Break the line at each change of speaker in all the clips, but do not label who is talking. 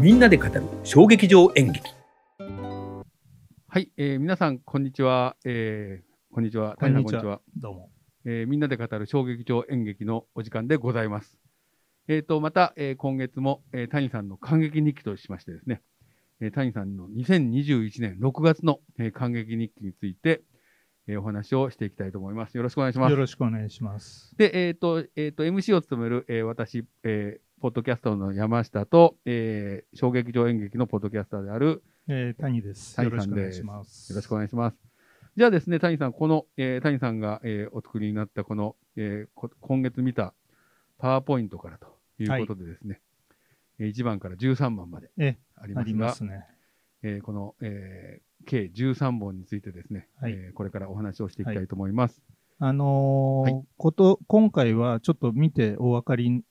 みんなで語る小劇場演劇
はい、えー、皆さん、こんにちは。えー、こんにちは。
こんに
大
ちは
変な
どうも。
えーみんなで語る小劇場演劇のお時間でございます。えっ、と、また、えー今月も、えー、谷さんの感激日記としましてですね、えー、谷さんの2021年6月の、えー感激日記について、えーお話をしていきたいと思います。よろしくお願いします
よ。ろしくお願いします。
で、えっ、と、えっ、と、MC を務める、えー私、えーポッドキャストの山下と、えー小劇場演劇のポッドキャスターである
えー、谷です。
谷
よ
さん
ろしくお願
で
い
す
します。
よろしくお願いします。じゃあですね、谷さん、この、えー谷さんが、えーお作りになったこの、えーこ今月見たパワーポイントからということでですね、えー1番から13番まで
え
あり
あ
ます
り
が、
ますね。
えーこの、えー計13本についてですね、
はい
えーこれからお話をしていきたいと思います。
あのー
は
こと、今回はちょっと見てお分かり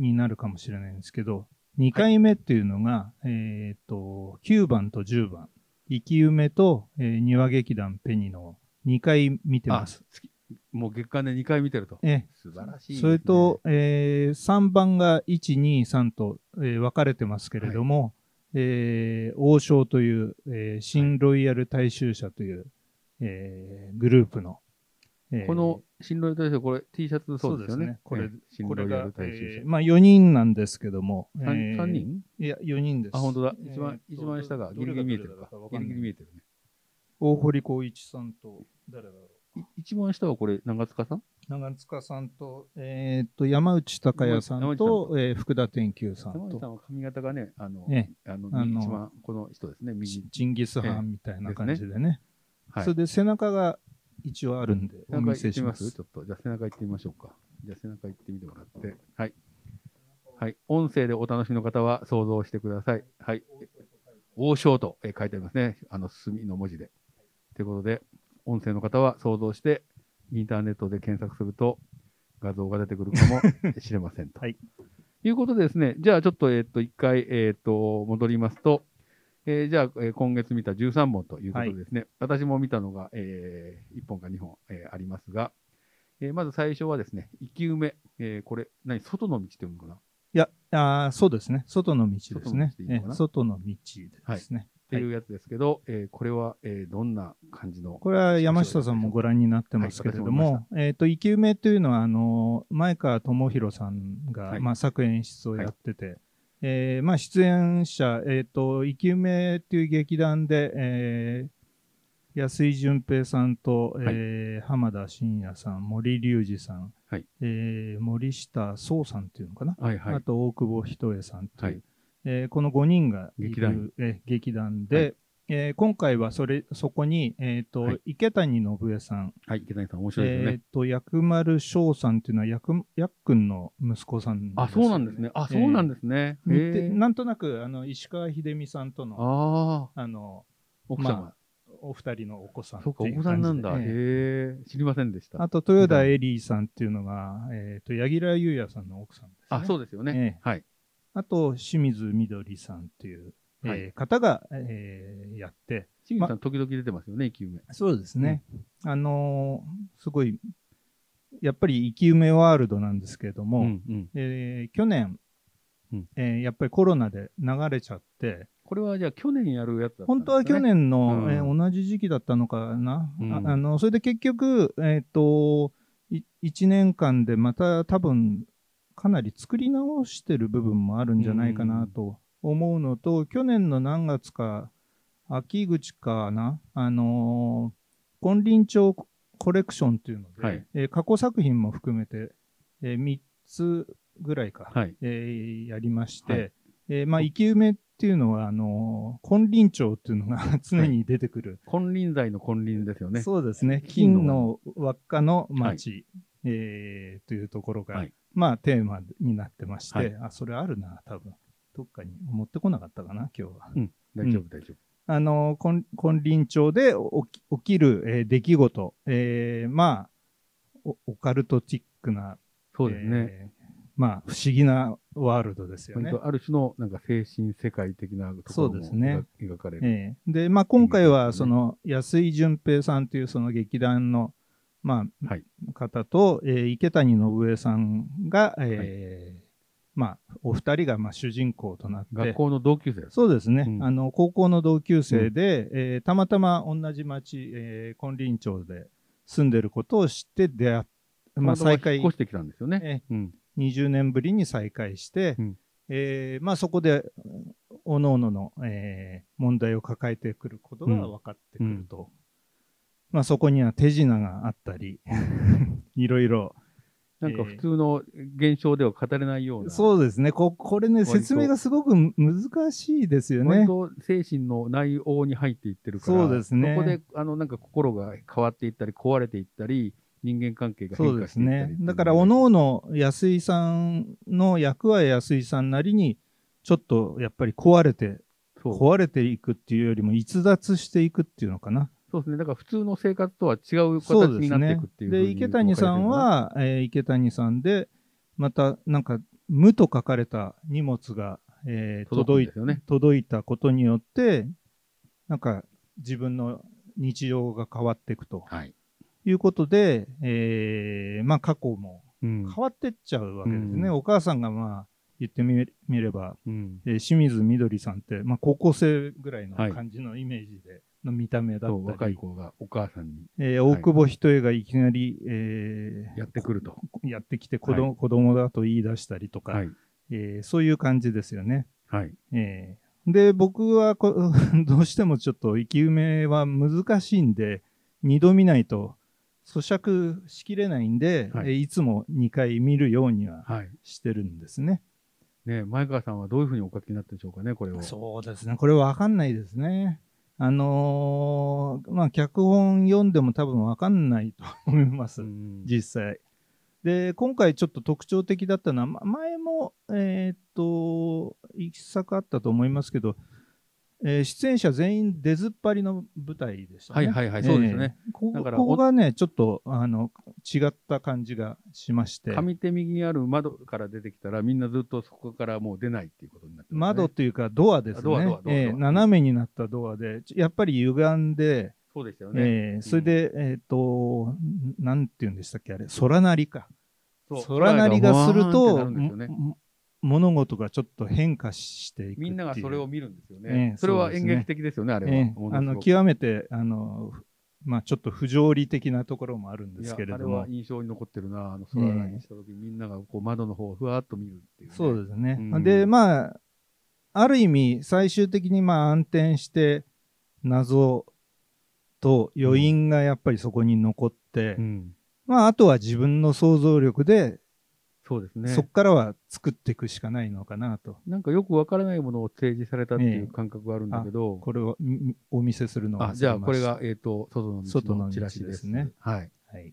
になるかもしれないんですけど、2回目っていうのが、えっ、と、9番と10番、生き埋めと、えー、庭劇団ペニの2回見てます。
あ月もう月間で2回見てると。
え
素晴らしいです
そ
ね、
れと、えー3番が1、2、3と、えー分かれてますけれども、えー王将という、えー新ロイヤル大衆社という、えーグループの、えー
この新ロイヤル大賞、これ T シャツそうですよね。
そうですねこれ
えー新
こ
ロ
れ
イヤ
が
ル、大賞
えーまあ、4人なんですけども、え
三
ー
三人
いや、4人です。
あ、本当だ。一
え
番
ー、と
一番下がギリギリ見えてるか
どれがどれだ。わ
ギリ
んない
ギリ見えてるね。
大堀光一さんと、誰だろう。
い一番下はこれ、長塚さん
長塚さんと、えーっと、山内孝也さん
山内
と、
さんと
えー福田天球さん
山内さ
と、
んは髪型がね、あの、
ね
あの
あの
一番、この人ですね、右
チ。チンギスハンみたいな感じでね。
はい
それ。で背中が一応あるんで、
背
お
中
見
行
せ
って
し
みま
ますす
ち。ょっと、じゃあ背中行ってみましょうか。じゃあ背中行ってみてもらって。はい。はい。音声でお楽しみの方は想像してください。はい。王将とえ書いてありますね。あの、墨の文字で。ということで、音声の方は想像して、インターネットで検索すると画像が出てくるか もしれませんと。
はい。
いうことでですね、じゃあちょっと、えっ、と、一回、えっ、と、戻りますと、えーじゃあ、えー今月見た13本ということでですね、私も見たのが、え1本か2本、えーありますが、えーまず最初はですね、生き埋め、えーこれ、何、外の道って読むのかない
や、あーそうですね。外の道ですね。
外の道でいいのかな
え外の道ですね。
っていうやつですけど、えーこれは、えーどんな感じの、
これは山下さんもご覧になってますけれど
はい
も、えっ、と、生き埋めというのは、あの、前川智弘さんが、
はい
まあ、作演出をやってて、えーまあ、出演者、えっ、と、生き埋めという劇団で、えー安井淳平さんと、
い
えー浜田真也さん、森隆二さん、
はい
えー森下壮さんっていうのかな、
はいはい
あ。と大久保仁恵さんとい
は
う、
い
えーこの5人がいる
劇団
えー劇団で、
はい
えー今回はそれそこに、えーと
はい
池谷信江さん、
はい、池谷さん、面白いですよね。
えー、と薬丸翔さんというのは薬やっくんの息子さん
あ、そうなんですね。あ、そうなん
で
ですね。
すよねえー
へ
似
ー
てなんとなくあの石川秀美さんとのあ
ああ、
の
奥様。
まお二人のお子さん
そうか、
って
お
い
子
う
さんなん
感じで
だ。へ
えー
え、知りませんでした。
あと豊田恵里さんっていうのが、えー、と柳楽優弥さんの奥さんです、ね、
あ、そうですよね。はい。
あと、清水みどりさんっていう、えー
はい
方が、えーやって、
清水さん、時々出てますよね、生き埋め。
そうですね。あのーすごい、やっぱり生き埋めワールドなんですけれども、
うんうん。
えー去年、
うん
えーやっぱりコロナで流れちゃって、
これはじゃあ、去年やるやつだったんですね
本当は去。年の、
うん
えー同じ時期だったのかな、
うん
ああのそれで結局、えー、と1年間でまた多分かなり作り直してる部分もあるんじゃないかなと思うのと、去年の何月か秋口かな、あのー金輪町コレクションっていうので、
はい
えー過去作品も含めて、え3つぐらいか、
はい。
えーやりまして、
はい
えーまあ、生き埋めっていうのは、あのー金輪蝶っていうのが常に出てくる、
金輪際の金輪ですよね。
そうですね、
金の
金の輪っかの町、えーというところが、
はい
まあ、テーマになってまして、
はい
あそれあるな、多分どっかに持ってこなかったかな、今日は。
うん、大丈夫、大丈夫。
あのー金金輪蝶で起き起きる、えー出来事、えーまあお、オカルトチックな、
そうですね。
えーまあ、不思議なワールドですよ
本
ね。
当ある種のなんか精神世界的なところ
そう
も
ですね
描かれる。
ええで、まあ、今回
いいで
は
すね
その安井淳平さんというその劇団の、まあ
はい
方と、えー池谷信上さんが、えーまあ、お二人がまあ主人公となって、
学校の同級生です。
そうですね、
うん
あの高校の同級生で、えーたまたま同じ町、えー、金輪町で住んでることを知って出会っまあ、
たま
再
たま
会
引っ越してきたんですよね。
え
うん。
20年ぶりに再会して、
うん
えーまあ、そこでおのおのの、えー問題を抱えてくることが分かってくると、まあ、そこには手品があったり いろいろ
なんか普通の現象では語れないような。
そうですねここれね
割と
説明がすごくむ難しいですよね
本。当精神の内容に入っていってるから、
そうですね
そこであのなんか心が変わっていったり壊れていったり、人間関係が
そ
変
う
化
で
し
す
ていったりって
ね
いう。
だから、おのおの安井さんの役は安井さんなりに、ちょっとやっぱり壊れて、
そう
壊れていくっていうよりも逸脱していくっていうのかな。
そうですね。だから普通の生活とは違う形
そうで
に
す
なってい
ね
くって。いうふう
で、
に
池谷さんは、えー池谷さんで、またなんか、無と書かれた荷物が、えー
届
届
い
い
ですよね。
届いたことによって、なんか自分の日常が変わっていくと
はい。
いうことで、えーまあ過去も
うん
変わってっちゃうわけですね。
うん
お母さんがまあ言ってみれみれば、
うん
えー清水みどりさんって、まあ、高校生ぐらいの
はい
感じのイメージで、の見た目だ
そう
った
若い
り、
子がお母さんに
えー大久保一重がいきなり、え
やってくると。
ーやってきて子供,、子供だと言い出したりとか、
はい。
えーそういう感じですよね。
はい。
えーで、僕はこ どうしてもちょっと生き埋めは難しいんで、二度見ないと咀嚼しきれないんで、
はい
いえーいつも2回見るようには
はい。
してるんですね。
ね前川さんはどういうふうにお書きになったでしょうかね、これを。
そうですね。これわかんないですね。あのーまあ、脚本読んでも多分わかんないと思います。
うん
実際。で、今回ちょっと特徴的だったのは、ま前も、えーっと、一作あったと思いますけど、えー出演者全員出ずっぱりの舞台でしたね。
はいはいはい、そうですね。
えー。こ
だ
こ
から
ここがね、ちょっと、あの、違った感じがしまして。
上手右にある窓から出てきたら、みんなずっとそこからもう出ないっていうことになってますね
窓というかドアです
あドアド
ね
ア。ドア
え
ド
ー
ア
斜めになったドアで、ちょやっぱり歪んで、
そうでしたよね。
えーそれで、えーっと、んなんて言うんでしたっけ、あれ、空鳴りか。
そう
空鳴りがする
空
と
がわーんってなるんですよね
もも物事がちょっと変化していくってい
み
う
んながそれを見るんですよ
え
ね
え。
それ
そう
は
です
演
ね
劇的ですよね、あれは。
ええ
ものすごく
あの極めてあの、ふまあ、ちょっと不条理的なところもあるんですけれ
いやあれ
ども
は印象に残ってるな、あの空にした時、みんながこう窓の方をふわっと見るっていうね、
そうですね、
うん
でまあある意味最終的にまあ暗転して謎と余韻がやっぱりそこに残って、
うん
まあ、あとは自分の想像力で、
そうです
そこ
ね。
からは作っていくしかないのかなと
なんかよくわからないものを提示されたってい
ええ
う感覚があるんだけど、
これをみお見せするのは
あじゃあこれが、えっ、と、外の
外
道
の
の
道
チラシで
です
す
ね
ね。はい。
はい、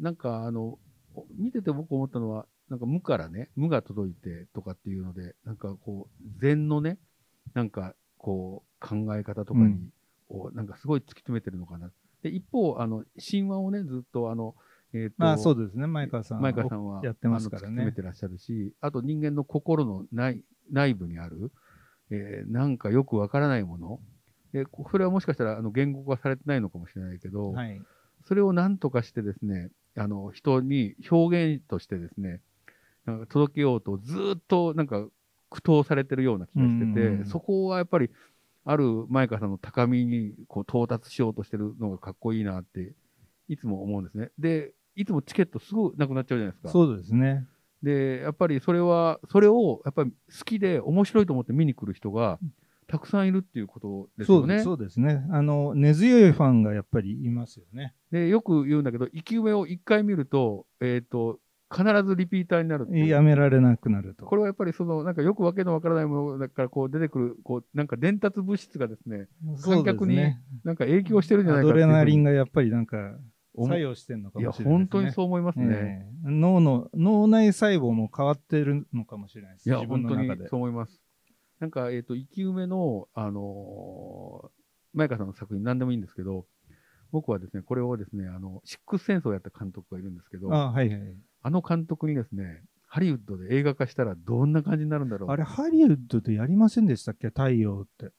なんかあの、お見てて僕思ったのは、なんか無からね、無が届いてとかっていうので、なんかこう、禅のね、なんかこう、考え方とかに
うん、
をなんかすごい突き詰めてるのかな。で、一方、あの、神話をね、ずっとあの、えっ、と、
まあそうですね、前川さんは。
前川さんは
やってますからね
あの突き詰めてらっしゃるし、あと人間の心の内内部にある、えーなんかよくわからないもの、えーこそれはもしかしたらあの言語化されてないのかもしれないけど、
はい。
それをなんとかしてですね、あの人に表現としてですね、なんか届けようとずーっとなんか苦闘されてるような気がしてて、
うん
そこはやっぱりある前川さんの高みにこう到達しようとしてるのがかっこいいなっていつも思うんですね。で、いつもチケットすぐなくなっちゃうじゃないですか。
そうですね。
で、やっぱりそれは、それをやっぱり好きで面白いと思って見に来る人がたくさんいるっていうことです
そ
よ
う
ね。
ですそうですね。あの、根強いファンがやっぱりいますよね。
で、よく言うんだけど、生き埋めを一回見ると、えっ、と、必ずリピーターになるっていう
やめられなくなると。
これはやっぱりその、なんかよくわけのわからないものだからこう出てくる、こう、なんか伝達物質がですね、
そうですね。
なんか影響してるんじゃな
ア
いかっ
ド
てい
レ
うふうに
ナリンがやっぱりなんか
思
作用してるのか
いや、
もしれない
本
ですね。
当にそう思いますね。
ええ脳の、脳内細胞も変わってるのかもしれないです。
いや、
自
本
分の
当に
中で。
そう思います。なんか、えっ、と、生き埋めの、あのー、前川さんの作品、何でもいいんですけど、僕はですね、これをですね、あの、シックスセンスをやった監督がいるんですけど、
あはいはい。
あの監督にですね、ハリウッドで映画化したらどんな感じになるんだろう。
あれ、ハリウッドでやりませんでしたっけ太陽って。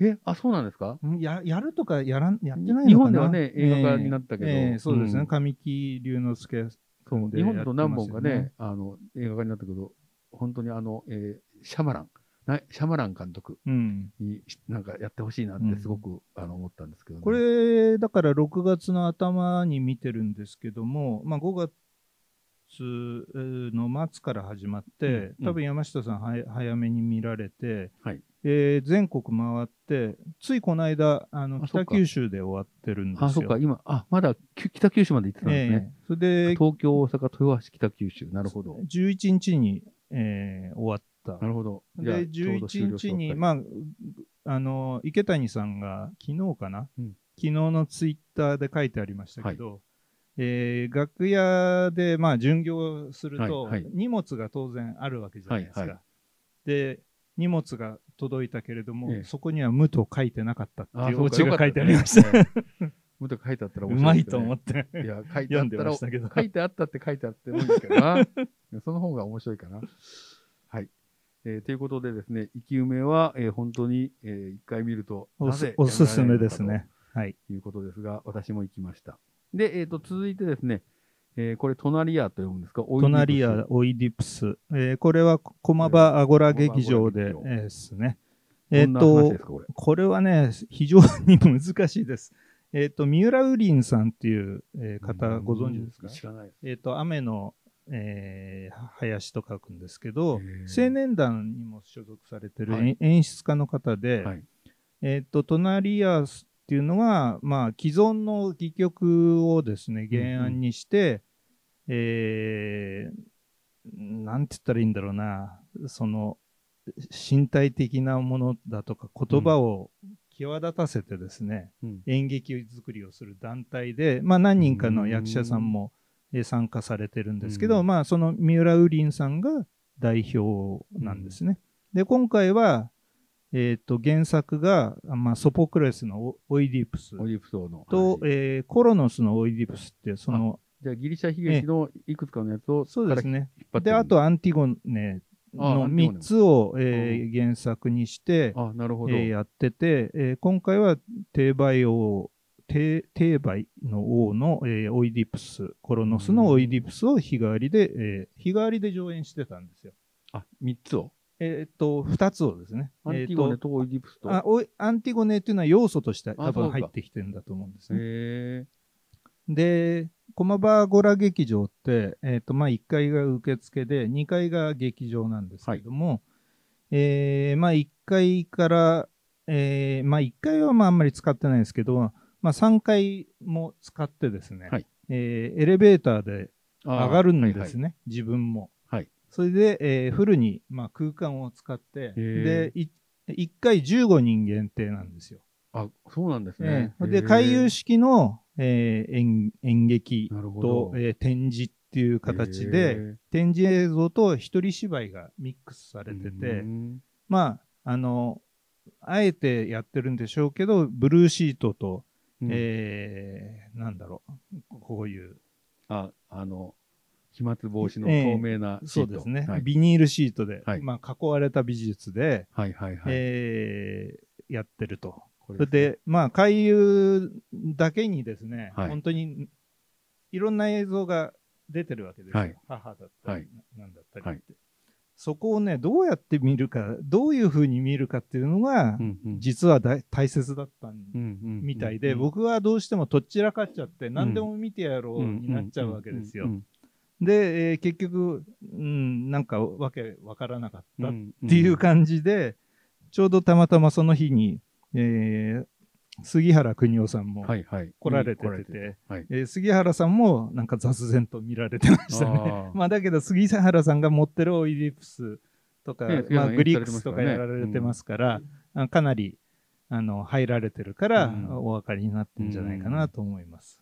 え、あ、そうなんですか
んややるとかやらんやってないのかな
日本ではね映画化になったけど
ええええそうですね、
うん
神木隆之介
そう
で
日本だと何本か
やって
ねあの映画化になったけど、本当にあの、えーシャマラン、なシャマラン監督
うん。
にしなんかやってほしいなってすごく、あの思ったんですけどね、
これ、だから6月の頭に見てるんですけども、まあ、5月の末から始まって、
うん
多分山下さんはや早めに見られて、
はい
えー全国回って、ついこの間、あの
あそっか
北九州で終わってるんですよ。
あ、そっか、今、あ、まだき北九州まで行ってたんですね。
ええそれで
東京、大阪、豊橋、北九州。なるほど。
11日に、えー終わっ
な
た。
るほど。じゃあ
で、
ちょうど終
11
了し
日
よう
に、
か
まあ、あの、池谷さんが昨日かな、
うん
昨日のツイッターで書いてありましたけど、えー楽屋で、まあ、巡業すると、
はいはい
荷物が当然あるわけじゃないですか。
はいは
で、荷物が届いたけれども、
ええ
そこには無と書いてなかったって
あ
い
そうう
オ
か
チが書いてありました。
よかったね もっと書いてあったら
う
面白
ま
い
い
です
と
よね、
思って。
いや、書いてあ
読
っ
んで
た
ま
ら
し、たけど。
書いてあったって書いてあってもいいけどな。 その方が面白いかな。はい。えーということでですね、生き埋めは、えー本当に、えー一回見ると
お
な
す
ぜ
おすすめです
やめられないのか
ね。はい。
ということですが、私も行きました。で、えっ、と、続いてですね、えーこれ、隣屋と読むんですか
トナリア、オイディプス。えーこれは駒場アゴラ劇場
駒
で
場アゴラ劇場
えーですね。え
え
っ、
っと、どんな話
と
です、か、これ。
これはね、非常に難しいです。 えっ、と、三浦ウリンさんっていう、えー方、ご存知ですか
知らないです。
えっ、と、雨の、えー林と書くんですけど
へ、ー
青年団にも所属されてる、
はい
演出家の方で、
はい
えっ、と、トナリアスっていうのは、まあ、既存の戯曲をですね、原案にして、えーなんて言ったらいいんだろうな、その、身体的なものだとか、言葉を際立たせてですね、
うん
演劇作りをする団体で、まあ、何人かの役者さんもえー参加されてるんですけど、
うん
まあ、その三浦ウリンさんが代表なんですね。で、今回は、えっと原作が、あまあ、ソポクレスのオオイディプス
オリプソーの話。
と、えーコロノスのオイディプスっていうその
じゃあ、ギリシャ悲劇のいくつかのやつを、
そうですね。
から引っ張って
で
る
あ、とアンティゴネ
あア
の
ンティゴネ
3つを、えー原作にして、
あ、なるほど。
えーやってて、えー今回は帝梅王帝帝梅の王の、えーオイディプスコロノスのオイディプスを日替わりで、えー日替わりで上演してたんですよ。
あ、三つを。
えーっと2つをですね。
アンテ
えー
ィ
っと
ゴネとオイディプスと。
あおいアンティゴネっていうのは要素として多
あそう
分
か
入ってきてるんだと思うんですね。
へえ。
で、駒場ゴラ劇場って、えっとまあ、1階が受付で、2階が劇場なんですけども、えーまあ、1階から、えーまあ、1階はまああんまり使ってないですけど、まあ、3階も使ってですね、
はい
えーエレベーターで上がるんですね、
ね。
自分も。
はい
それで、えーフルに、まあ、空間を使って、
へ
でい1回15人限定なんですよ。
あ、そうなんです
え
ね。
え
へ
で、
え
回遊式の、えー演演劇
なるほ
と
ど、
えー展示っていう形
へ
で、
ー
展示映像と一人芝居がミックスされてて
う、ん
まあ、あの、あえてやってるんでしょうけど、ブルーシートと、えーなんだろう、こういう、
あ、あの、飛沫防止の
ええ
透明なシ
そ
ー
う
ト。
ですね、
はい
ビニールシートで、
はい
まあ、囲われた美術で、
はいはいはい。
えーやってると。
こ
それ
れすね、
で、まあ、回遊だけにですね、
はい
本当にいろんな映像が出てるわけですよ。
はい
母だったり、
はい
ななんだったりって、
はい
そこをね、どうやって見るか、どういうふうに見るかっていうのが、
うんうん
実は大大切だったん
うんうんうん
みたいで、
うん
僕はどうしてもとっちらかっちゃって、何でも見てやろうになっちゃうわけですよ。
うんうん
で、えー結局、うん、なんかわけわからなかっ
うん
た
う
っ
ん
っていう感じで、ちょうどたまたまその日に、えー杉原邦夫さんも
はいはい。
来られてて、
来はい。
えー杉原さんもなんか雑然と見られてましたね。
あー
まあだけど杉原さんが持ってるオイディプスとか、
ね杉
ま
原
あ、
さん
グリックスとか
演
や
出さ
ら
れてますからね
れてますから、あかなりあの入られてるから、
うん
お分かりになってるんじゃないかなと思います。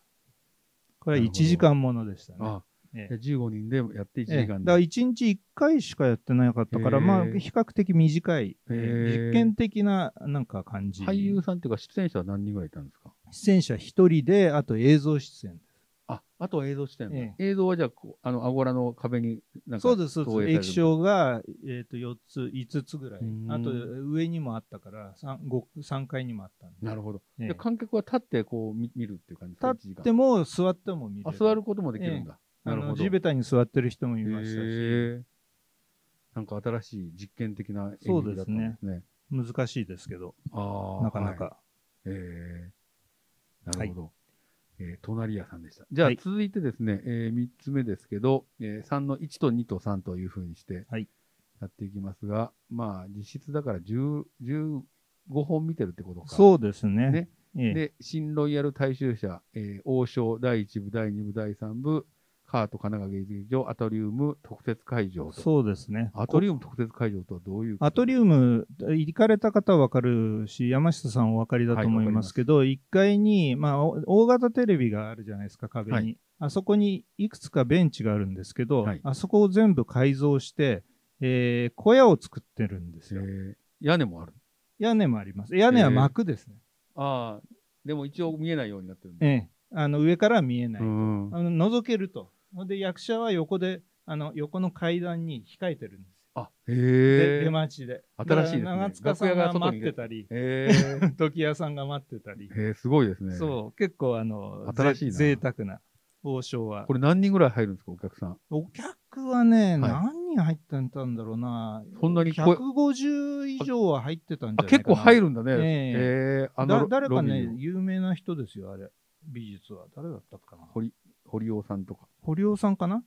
これは
なる
1
ほど
時間ものでしたね。
あ、
ええ
じゃあ15人でやって1時
え
間
えだから
で。
1日1回しかやってなかったから、
へえ
まあ、比較的短い、え
へえ
ー実験的ななんか感じ。
俳優さんっていうか出演者は何人ぐらいいたんですか
出演者1人で、あと映像出演で
あ、あとは映像出演だ
え
映像はじゃあこう、あの、アゴラの壁になん
す。
か
そうです、そうです。
投影される
液晶が、えー、と4つ、5つぐらい。
うん
あと、上にもあったから、3, 3階にもあったんで。
なるほど。
ええ
で観客は立ってこう見見るっていう感じですか
立
一時間
っても座っても見れ
あ
る。
座ることもできるんだ。
あ
なるほ
の
ど。
地べたに座ってる人もいましたし、
へえなんか新しい実験的な演
そう
劇
で
だっ
す
たんで
ね
すね。
難しいですけど、
ああ
なかな
はい
か。
えーなるほど。えー隣屋さんでした。じゃあ
はい
続いてですね、え3つ目ですけど、えー3の1と2と3というふうにして
はい
やっていきますが、まあ実質だから10 15本見てるってことか。
そうですね。
ね
ええ
で、新ロイヤル大衆社、えー王将第1部、第2部、第3部、カート神奈川芸術劇場、アトリウム特設会場と。
そうですね。
アトリ
ウ
ウム特設会場とはどういう
ムアトリウム、行かれた方はわかるし、山下さんお分かりだと思いますけど、1階に、まあ、お大型テレビがあるじゃないですか、壁に。
はい
あそこにいくつかベンチがあるんですけど、
はい
あそこを全部改造して、えー小屋を作ってるんです
え
よ。
ー屋根もある。
屋根もあります。屋根は幕ですね。
ああ、でも一応見えないようになってるん
え
で。
えあの上からは見えない。
うん
あの覗けると。ほんで役者は横で、あの横の階段に控えてるんですよ。
あ、へ
で
え
出。待ちで。
新しいですね
だから長塚さん
楽屋が
が
外
待
に
っ
出る
てたり、
へー
時屋さんが待ってたり。
へーすごいですね。
そう、結構あの、
新しいな
ぜ贅沢な王将は
こ。れ何人ぐらい入るんですか、お客さん。
お客は
は
ね、
い
何人入ってたんだろうな。
そんなに声
150以上は入ってたんじゃないか
あ
な。
結構入るんだね。
ええ
へーあ
だ
のロ
誰か
ロビ
ね
ー、に
有名な人ですよ、あれ。美術は。誰だったかな。
堀堀尾さんとか。
堀尾さんかな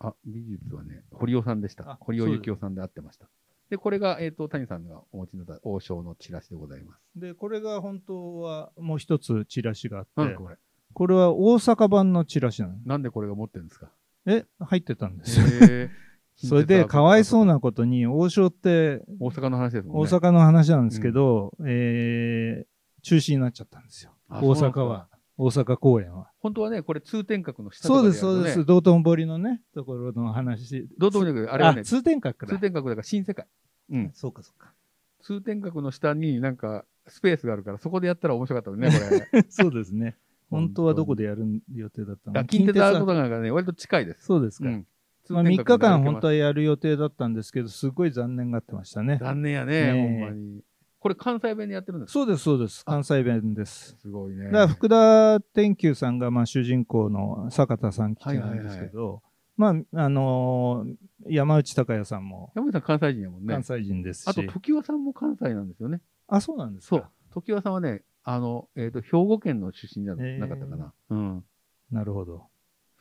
あ、美術はね、堀尾さんでした
あ。
堀尾
そうです
幸雄さんで会ってました。で、これが、えっ、と、谷さんがお持ちになった王将のチラシでございます。
で、これが本当はもう一つチラシがあ
なん
っ
で
て、
これ、
これは大阪版のチラシなの。
なんでこれが持ってるんです か
え、入ってたんですよ。
へー
それで、かわいそう
な。
なことに、王将って
大阪の話ですもん
大
ね。
阪の話なんですけど、えー中止になっちゃったんですよ。
あ
大。
そうなんで
阪
す
は
か、
大阪公演は。
本当はね、これ通天閣の下と
そ
か
う
でや
で
る
す、
と
そ
ね
うです。。道頓堀のね、ところの話。
どうでもいいんだけどあれはね、
あ
通
通天閣だ。
天閣だから新世界。うん。
そうか、そうか。
通天閣の下になんかスペースがあるから、そこでやったら面白かった ね、これ。
そうですね。本当はどこでやる予定だっ
だか
た
ら
の
近鉄アート
だ。
なんかね、割と近いです。
そうですか。
うん
まあ、3日間本当
に。
はやる予定だったんですけど、すごい残念がってましたね。
残念や
ね
ね、
え
ほんまに。これ関西弁でやってるんですか
そうです、そうです。関西弁です。
すごいね。
だから福田天球さんが、まあ、主人公の坂田さん吉なんですけど、まあ、あのー山内孝也さんも
山口さん関西人やもんね
関。西人ですし、
あと、時雄さんも関西なんですよね。
あ、そうなんです
そう
か。。
時雄さんはね、あの、えっと、兵庫県の出身じゃ
へえ
なかったかな。うん。
なるほど。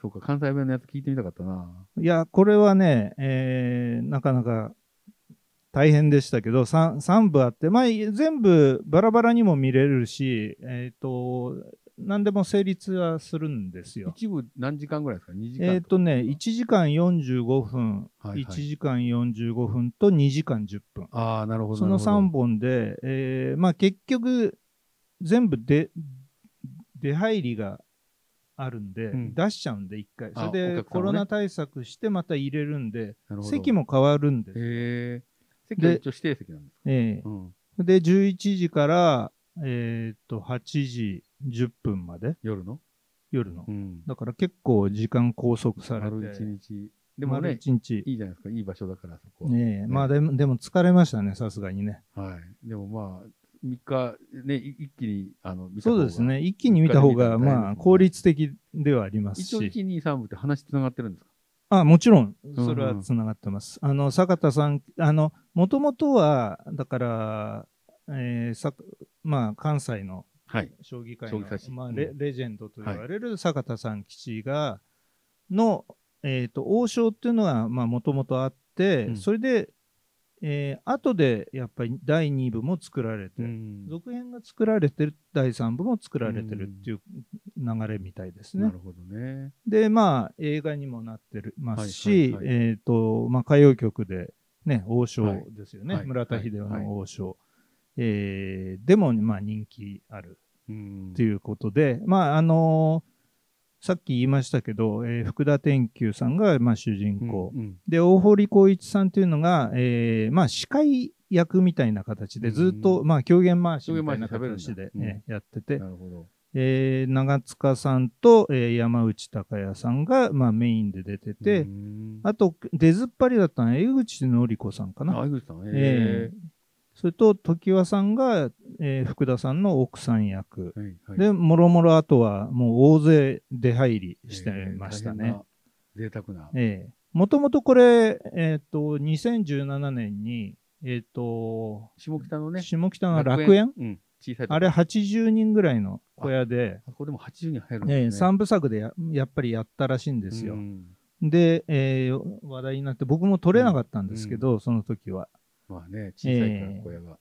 そうか、関西弁のやつ聞いてみたかったな。
いや、これはね、えーなかなか大変でしたけど、3, 三部あって、まあ、全部バラバラにも見れるし、えっ、と、何でも成立はするんですよ。
一部何時間ぐらいですか ?2 時間。
えっ、とね、1時間45分、
はいはい
1時間45分と2時間10分。
ああ、なるほど。
その3
本。
本で、えーまあ、結局、全部で出入りがあるんで、
うん
出しちゃうんで、1回、
あ
それ
お客
で
さん
コ
もね
ロナ対策して、また入れるんで、
なるほど
席も変わるんです、
へえ。席は一応指定席なんですか
え
うん。
えで11時から、えーっと8時10分まで、
夜の
夜の、
うん。
だから結構時間拘束されて、
丸一日。でも
丸
ね、
一日
いいじゃないですか。いい場所だから、そこは。
ねえまあでも、でも疲れましたね、さすがにね。
はい。でもまあ、3日、ね、い一気に、あの、見た方
そう
が
です。ね、一気に見た方が、
一回で見たら大変ですね
まあ、効率的ではあります
一応、
し。
1、2、3部って話繋がってるんですか
あ、もちろん、
ん
それはつながってます。あの、坂田さん、あの、もともとは、だから、えーさまあ、関西の
はい。
将棋界
将棋
の
指し、
まあ
うん
レ、レジェンドと言われる坂田さん吉が、の、えっ、と、王将っていうのは、まあ、もともとあって、
うん
それで、えー後で、やっぱり第2部も作られて、
ん
続編が作られてる第3部も作られてるっていう流れみたいです
な
ね
る。ほどね。
でまあ映画にもなってるますし、
はいはいは
えっ、とまあ歌謡曲でね王将
はい
ですよね、
はい
村田秀
は
夫
いはい
の王将、えーでもまあ人気ある
うん
ということで、まああのーさっき言いましたけど、えー福田天球さんがまあ主人公、
うんうん
で大堀光一さんというのが、えーまあ司会役みたいな形でずっと、まあ狂言回しみたいな
狂言回し
形
喋る
で
ん、だ
ねやってて、
なるほど。
えー長塚さんと、えー山内孝也さんが、まあ、メインで出てて、
うん
あと出ずっぱりだったのは江口のり子さんかな、
あ、江口さん、
え
え
ーそれと常盤さんが、えー福田さんの奥さん役、
え。はいはい
でもろもろあとはもう大勢出入りしてましたね、
えー大変な贅沢な。
ええもともとこれ、えっ、と、2017年に、えっ、と、
下北のね、
下北の楽園
うん、小さいとこ
あれ80人ぐらいの小屋で、
あこれでも80人入るん
ね、
ですね。
3部作でややっぱりやったらしいんですよ。
うん
で、えー話題になって、僕も撮れなかったんですけど、その時は。
まあね、小さいから小屋が。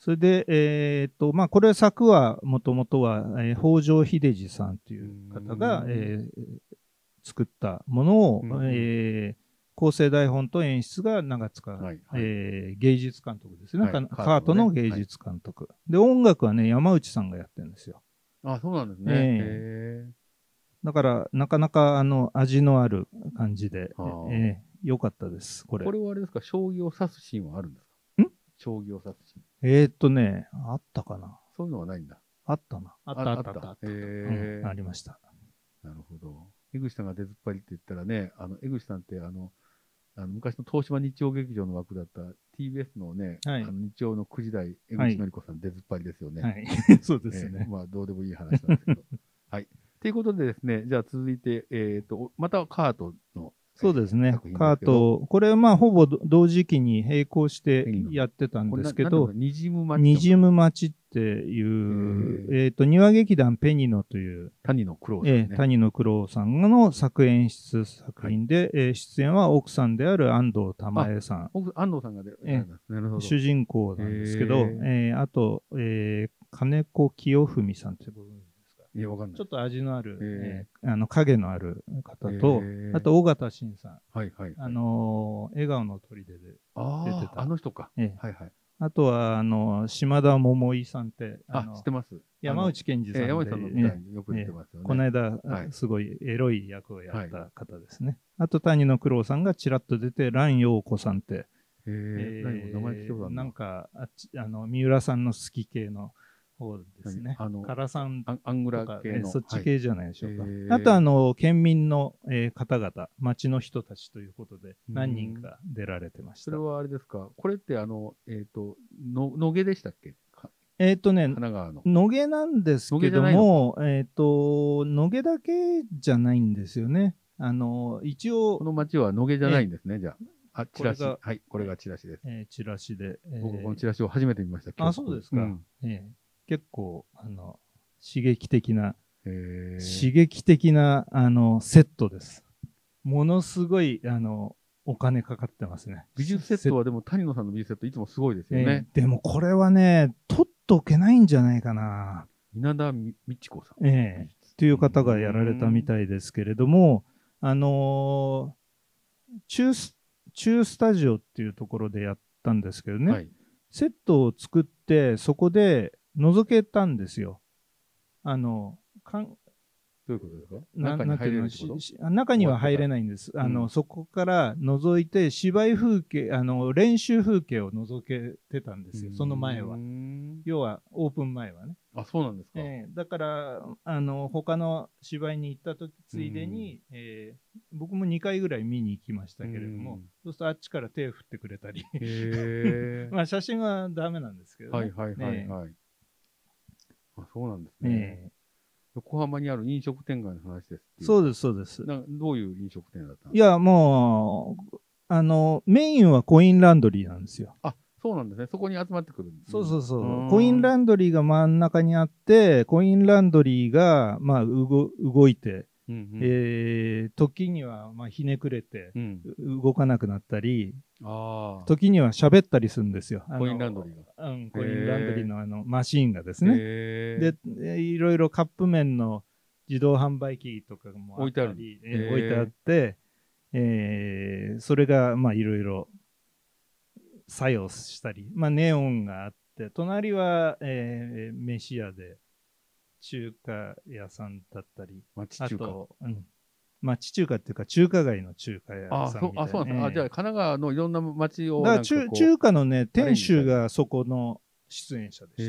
それで、えーっと、まあ、これ作は、もともとは、えー北条秀治さんという方が
う、ん
えー作ったものを、
うん
えー構成台本と演出が長塚、
はい。
えー芸術監督ですね、
はい
か
カートのね
カートの芸術監督、で、音楽はね、山内さんがやってるんですよ。
あ、そうなんですね。
え
へえ
だから、なかなか、あの、味のある感じで、
あー
えー良かったです、これ。
これはあれですか、将棋を指すシーンはあるんですか
ん
将棋を指すシーン。
えーっとね、あったかな
そういうのはないんだ。
あったな。あったあったあった。
へえ
うんありました。
なるほど。江口さんが出ずっぱりって言ったらね、あの江口さんってあの、あの昔の東芝日曜劇場の枠だった TBS のね、
はい
あの日曜の9時台、江口のり子さん出ずっぱりですよね。
はいい。そうですね。
まあ、どうでもいい話なんです けど。はい。ということでですね、じゃあ続いて、えっ、と、おまたカートの。
そうですね
作。品
カ
です
ー
けど。
ト、これまあほぼど同時期に並行して
うん
やってたん
これ
で
な
すけ
なんだ
ど
ろう、にじむ町。
にじむ町っていう、えっ、と、庭劇団ペニノという、
谷の苦労
え
です
ー
ね。
谷野九郎さんの作演出作品で、えー出演は奥さんである安藤玉恵さん。
奥安藤さんが出
ええ
なるほど。
主人公なんですけど、
へ
え
ー
ーあと、えー金子清文さんということですか。
いや、わかんない。
ちょっと味のある、
へ
えーあの影のある方と
へ、ー
あと尾形慎さん。
はいはい。
あのー笑顔の砦で、
あ
出て
ー
た
あの人か。
ええ
はいはい。
あとは、あのー島田桃井さんって、あ
あ
の、
知ってます。
山内健二さん
え
で、
ー山内さんの舞台によく出てますよ
え
ね。
この間、
はい
すごいエロい役をやった方ですね。あと、谷野九郎さんがちらっと出て、蘭陽子さんって、
えー、何も名前聞いたことある
なんかあっちあの、三浦さんの好き系の方ですね。
何あの
唐さん
アンアング
と
ラ
か、
系
え
の。
そっち系じゃないでしょうか。
はいへー
あとあの、県民の、えー方々、町の人たちということで、
うん
何人か出られてまし
そ
た
れ。はあれですか、これってあの、えっ、と、の、野毛でしたっけか
えっ、とね
神、奈川の。
野毛なんですけども、えっ、と、野毛だけじゃないんですよね。あの、一
こ
応、
の町は野毛じゃないんですね、じゃあ。あ、チラシ。
これが
はい、これがチラシです。
えーチラシで、えー
僕、このチラシを初めて見ました。今日
あそうですか
ん
えー結構、あの、刺激的な、
へー
刺激的な、あの、セットです。ものすごい、あの、お金かかってますね。
美術セットはでも、谷野さんの美術セットいつもすごいですよね。
えーでもこれはね、取っておけないんじゃないかな。
稲田み美智子さん。
ええという方がやられたみたいですけれども、あのー中ス、中スタジオっていうところでやったんですけどね、
はい。
セットを作って、そこで覗けたんですよ。あの、かん
どういうことですか
な
中に入れるって
なんていう
こ
の
と
ししあ中には入れないんです。
ん
あの、そこから覗いて、芝居風景、あの、練習風景を覗けてたんですよ、その前は
うー。ん
要は、オープン前はね。
あ、そうなんですか。
ええだからあの他の芝居に行った時ついでに、ええ僕も2回ぐらい見に行きましたけれども、
うん
そうするとあっちから手を振ってくれたり
へえ。
まあ写真はダメなんですけど、ね
はいはいはいはい。あそうなんですね。
ええ
横浜にある飲食店街の話ですっていう。
そうですそうです
などういう飲食店だったん
い
ですか
やもうあのメインはコインランドリーなんですよ
あ、そうなんですね。そこに集まってくるんですね。
そうそうそう、
うん
コインランドリーが真ん中にあってコインランドリーが、まあ、動動いて、
うんうん。
ええ時には、まあ、ひねくれて
うん。
う動かなくなったり
ああ。
時には喋ったりするんですよ。
コインランドリ
ー
ーが。
うん、コインランドリーのあのマシーンがですね。
へえ
で、えいろいろカップ麺の自動販売機とかもあった
置
り、え
へー
置いてあって、えーそれがまあいろいろ作用したり、まあ、ネオンがあって、隣は、えー飯屋で中華屋さんだったり、
町
あ
中華。
と、うん、まあ、地中華っていうか中華街の中華屋
あ
さんみたい
そう、あ、そうなんですね。あ、じゃあ、神奈川のいろんな町を
だか
なん
ら
か
中
こう。
中華のね、
レン
店
ジされ
主がそこの出演者でした
へ
ね、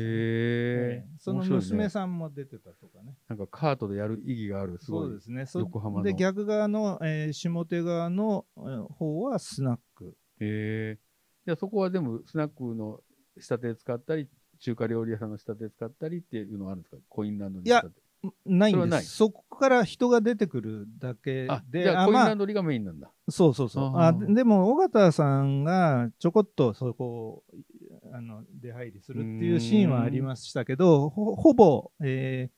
え
ええ。その娘さんも出てたとかね。
ん。なんかカートでやる意義がある、す
そ
ご
う
い
で。すね。そ
横浜の
で、逆側の、えー下手側の、えー方はスナック。
へえ。じゃあそこは全部スナックの仕立て使ったり、中華料理屋さんの仕立て使ったりっていうのはあるんですかコインランドに
いやないん
それは
で
ない
す。そこから人が出てくるだけ
あ、じ
で、
ゃあ、
あ
コイン
ま
ラ
あ
ン、ドリーがメインなんだ。
そうそうそう。
あ
あ
ー
ででも、尾形さんがちょこっとそこをあの出入りするっていうシーンはありましたけど、ほほぼ、え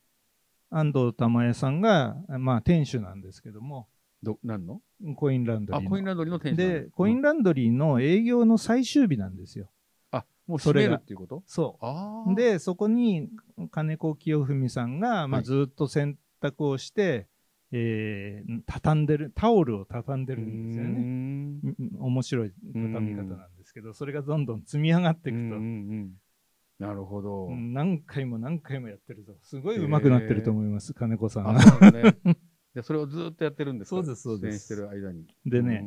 ー安藤玉恵さんが、まあ、店主なんですけども、
ど、なんの
コインランド
あ、
リーの
コインランドリーの店主
で、コイン
ラン
ランドリーの営業の最終日なんですよ。
ドあ、もう閉
そ
め
れが
るっていうこと
そ
ああ。
う。、で、そこに金子清文さんが、ま
は
あ、
い
ずっと洗濯をして、えー畳んでる、タオルを畳んでるんですよね。
ね。
うんうん面白い畳み方なんですけど、それがどんどん積み上がっていくと、
うんうんうんなるほど。
うん何回も何回もやってると、すごい上手くなってると思います、金子さん
あ、
は。
そうなんだ ね。で、それをずっとやってるんですか
そうですそうで
出
す
演してる間に。
でね
うー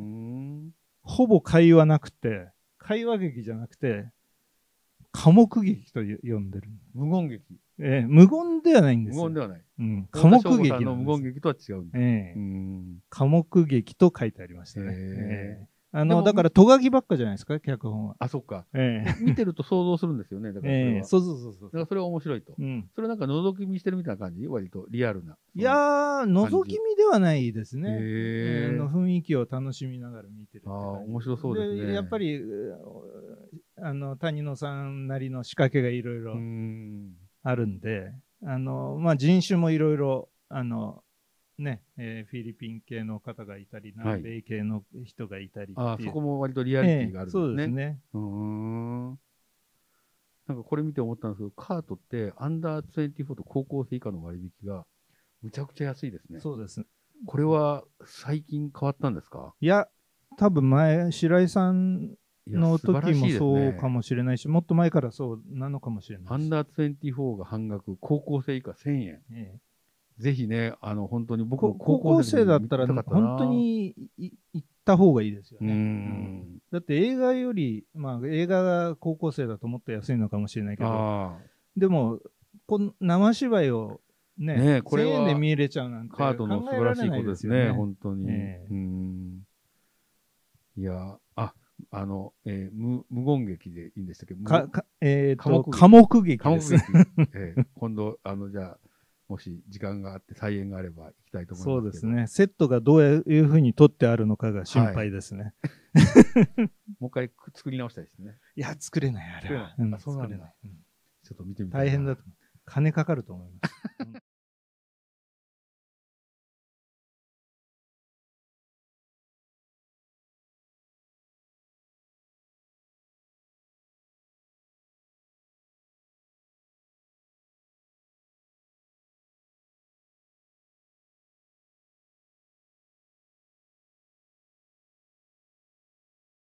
ん
ほぼ会話なくて、会話劇じゃなくて、科目劇とよ呼んでる。
無言劇。
ええ無言ではないんです
無
よ。
言ではない。
うん、科目
太田省吾
劇
さん
な
の
ん
無
です
言劇とは違うんだ。
ええ
うーん
科目劇と書いてありました
へ
ね。
え
ええあ
で
の
も
だから、とがきばっかじゃないですか、脚本は。
あ、そっか。
ええ
見てると想像するんですよね。だからそ
え
れ
え
は。
そうそうそうそう
だからそれは面白いと。
うん、
それなんか覗き見してるみたいな感じ割とリアルな。
いやー、覗き見ではないですね。
へー
の雰囲気を楽しみながら見てるって
ああ、
感じ
面白そうですね。
やっぱ
り。
りうあの谷野さんなりの仕掛けがいろいろ
ん。
あるんで、あのまあ、人種もいろいろあの、ねえーフィリピン系の方がいたり
はい
南米系の人がいたりっていう、
ああ、そこも割とリアリテ
え
ィがあるん
え
ですね。
そうですね。
うーん。なんかこれ見て思ったんですけど、カートってアンダー24と高校生以下の割引がむちゃくちゃ安いですね。
そうです
これは最近変わったんですか
いや多分前白井さん
いや
の
素晴ら
時
しい
も
です
そう
ね
かもしれないし、もっと前からそうなのかもしれな
ア
いで
ン
す。
ダー24が半額、高校生以下1000円。
ええ
ぜひね、あの、本当に僕
こ
も
高校生だったら
見たかな
本当。にい行った方がいいですよ
う
ね。
ー
うん
ん。
だって映画より、まあ、映画が高校生だともっと安いのかもしれないけど、
ああ。
でもこの生芝居を、ね
ねえこれは
1000円で見れちゃうなんて
カートの素晴らしいことですね、
考
本当に。
ええ
うんいや、あ、あの、えー無無言劇でいいんでしたっけど、
えられないですよねかかえーと
科
科目劇
科目
です
劇、ええ今度、あの、じゃあ、もし時間があって、再演があれば行きたいと思いますけ
そ
ど。
うです。ねセットがどういうふうに取ってあるのかが心配ですね、い、
もう一回く作り直したいですね。
や作れないあれは
作れない
うん
あそうなんだ
作れないうん
ちょっと見てみたいな
大変だと思う金かかると思います